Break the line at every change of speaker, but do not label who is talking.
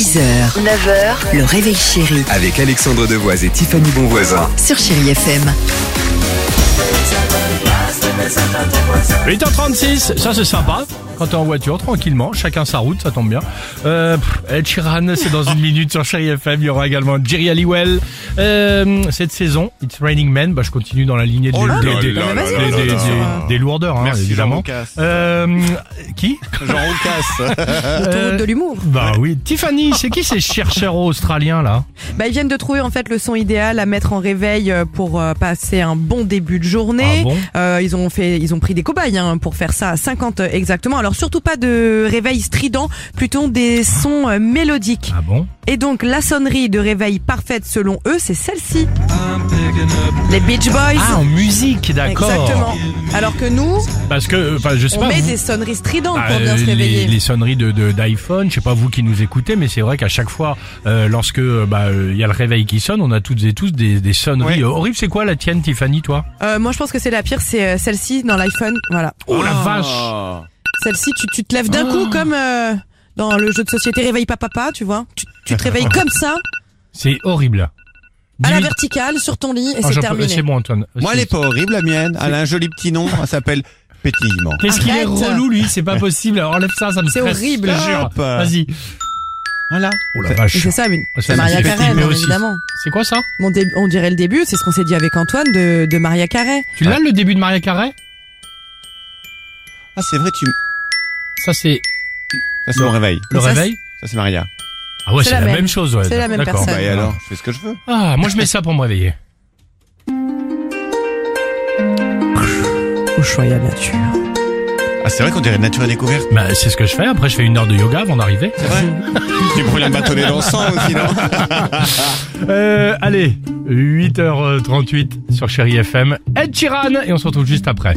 6h, 9h, le réveil chéri
Avec Alexandre Devoise et Tiffany Bonvoisin.
sur Chérie FM.
8h36, ça c'est sympa. Quand t'es en voiture, tranquillement, chacun sa route, ça tombe bien. Euh, pff, Ed Sheeran, c'est dans une minute sur Chéri FM. Il y aura également Jerry Halliwell. Euh, cette saison, It's Raining Men. Bah, je continue dans la lignée des-
Oh là
des-
là
des- des-
là là là
des-
là là.
des- des lourdeurs, hein,
Merci, Jean
évidemment.
Roucas.
Euh, qui
Jean Roucas.
Euh,
de l'humour.
Bah oui. Tiffany, c'est qui ces chercheurs australiens là
Bah, ils viennent de trouver en fait le son idéal à mettre en réveil euh, pour euh, passer un bon début de
Ah
journée.
bon
Euh, ils ont fait, ils ont pris des cobayes hein, pour faire ça à 50 euh, exactement. Alors surtout pas de réveil strident, plutôt des sons euh, mélodiques.
Ah bon
Et donc la sonnerie de réveil parfaite selon eux, c'est celle-ci. Les Beach Boys.
Ah, en musique, d'accord.
Exactement. Alors que nous,
Parce que, enfin, je sais
on
pas.
met
vous-
des sonneries stridentes
Ah,
pour bien
euh,
se
les,
réveiller.
les sonneries de de- d'iPhone, je sais pas vous qui nous écoutez, mais c'est vrai qu'à chaque fois, euh, lorsque euh, bah, euh, il y a le réveil qui sonne, on a toutes et tous des, des sonneries
Ouais.
euh, horribles. C'est quoi la tienne, Tiffany, toi
Euh, moi, je pense que c'est la pire, c'est euh, celle-ci dans l'iPhone. Voilà.
Oh la vache
Celle-ci, tu, tu te lèves d'un
Oh.
coup comme euh, dans le jeu de société Réveille pas papa, tu vois. Tu, tu te réveilles comme ça,
C'est horrible.
à Ah, la
Dis-
verticale, sur ton lit, et
Oh,
c'est
j'en peux-
terminé.
C'est bon, Antoine.
Moi, elle est pas horrible, la mienne. Elle a un joli petit nom. Elle s'appelle Pétillement.
Qu'est-ce qu'il est
Arrête.
relou, lui C'est pas possible. Alors, Enlève ça, ça me
C'est
stresse.
horrible.
je te jure.
Hop.
Vas-y.
Voilà.
Oh la vache.
C'est ça, une...
Oh, ça
c'est Maria
m'a fait
Carré,
flipper
bien
aussi.
évidemment.
C'est quoi ça
Mon dé- On dirait le début, c'est ce qu'on s'est dit avec Antoine de, de Maria Carré.
Tu l'as le début de Maria Carré
Ah, c'est vrai, tu.
Ça, c'est
Ça, c'est mon réveil.
le
Ça, c'est-
réveil
Ça, c'est Maria.
Ah ouais,
c'est
c'est la,
la même.
même chose. Ouais.
C'est la même
D'accord.
personne.
Bah, et alors, je fais ce que je veux.
Ah, moi je mets ça pour me réveiller. Oh,
Au choix, il y a nature.
Ah, c'est vrai qu'on dirait nature et découverte.
Bah, c'est ce que je fais. Après, je fais une heure de yoga avant d'arriver.
C'est vrai. tu brûles un bâtonnet d'encens aussi, non
Euh, allez, 8h38 sur Chéri FM. Ed Sheeran et on se retrouve juste après.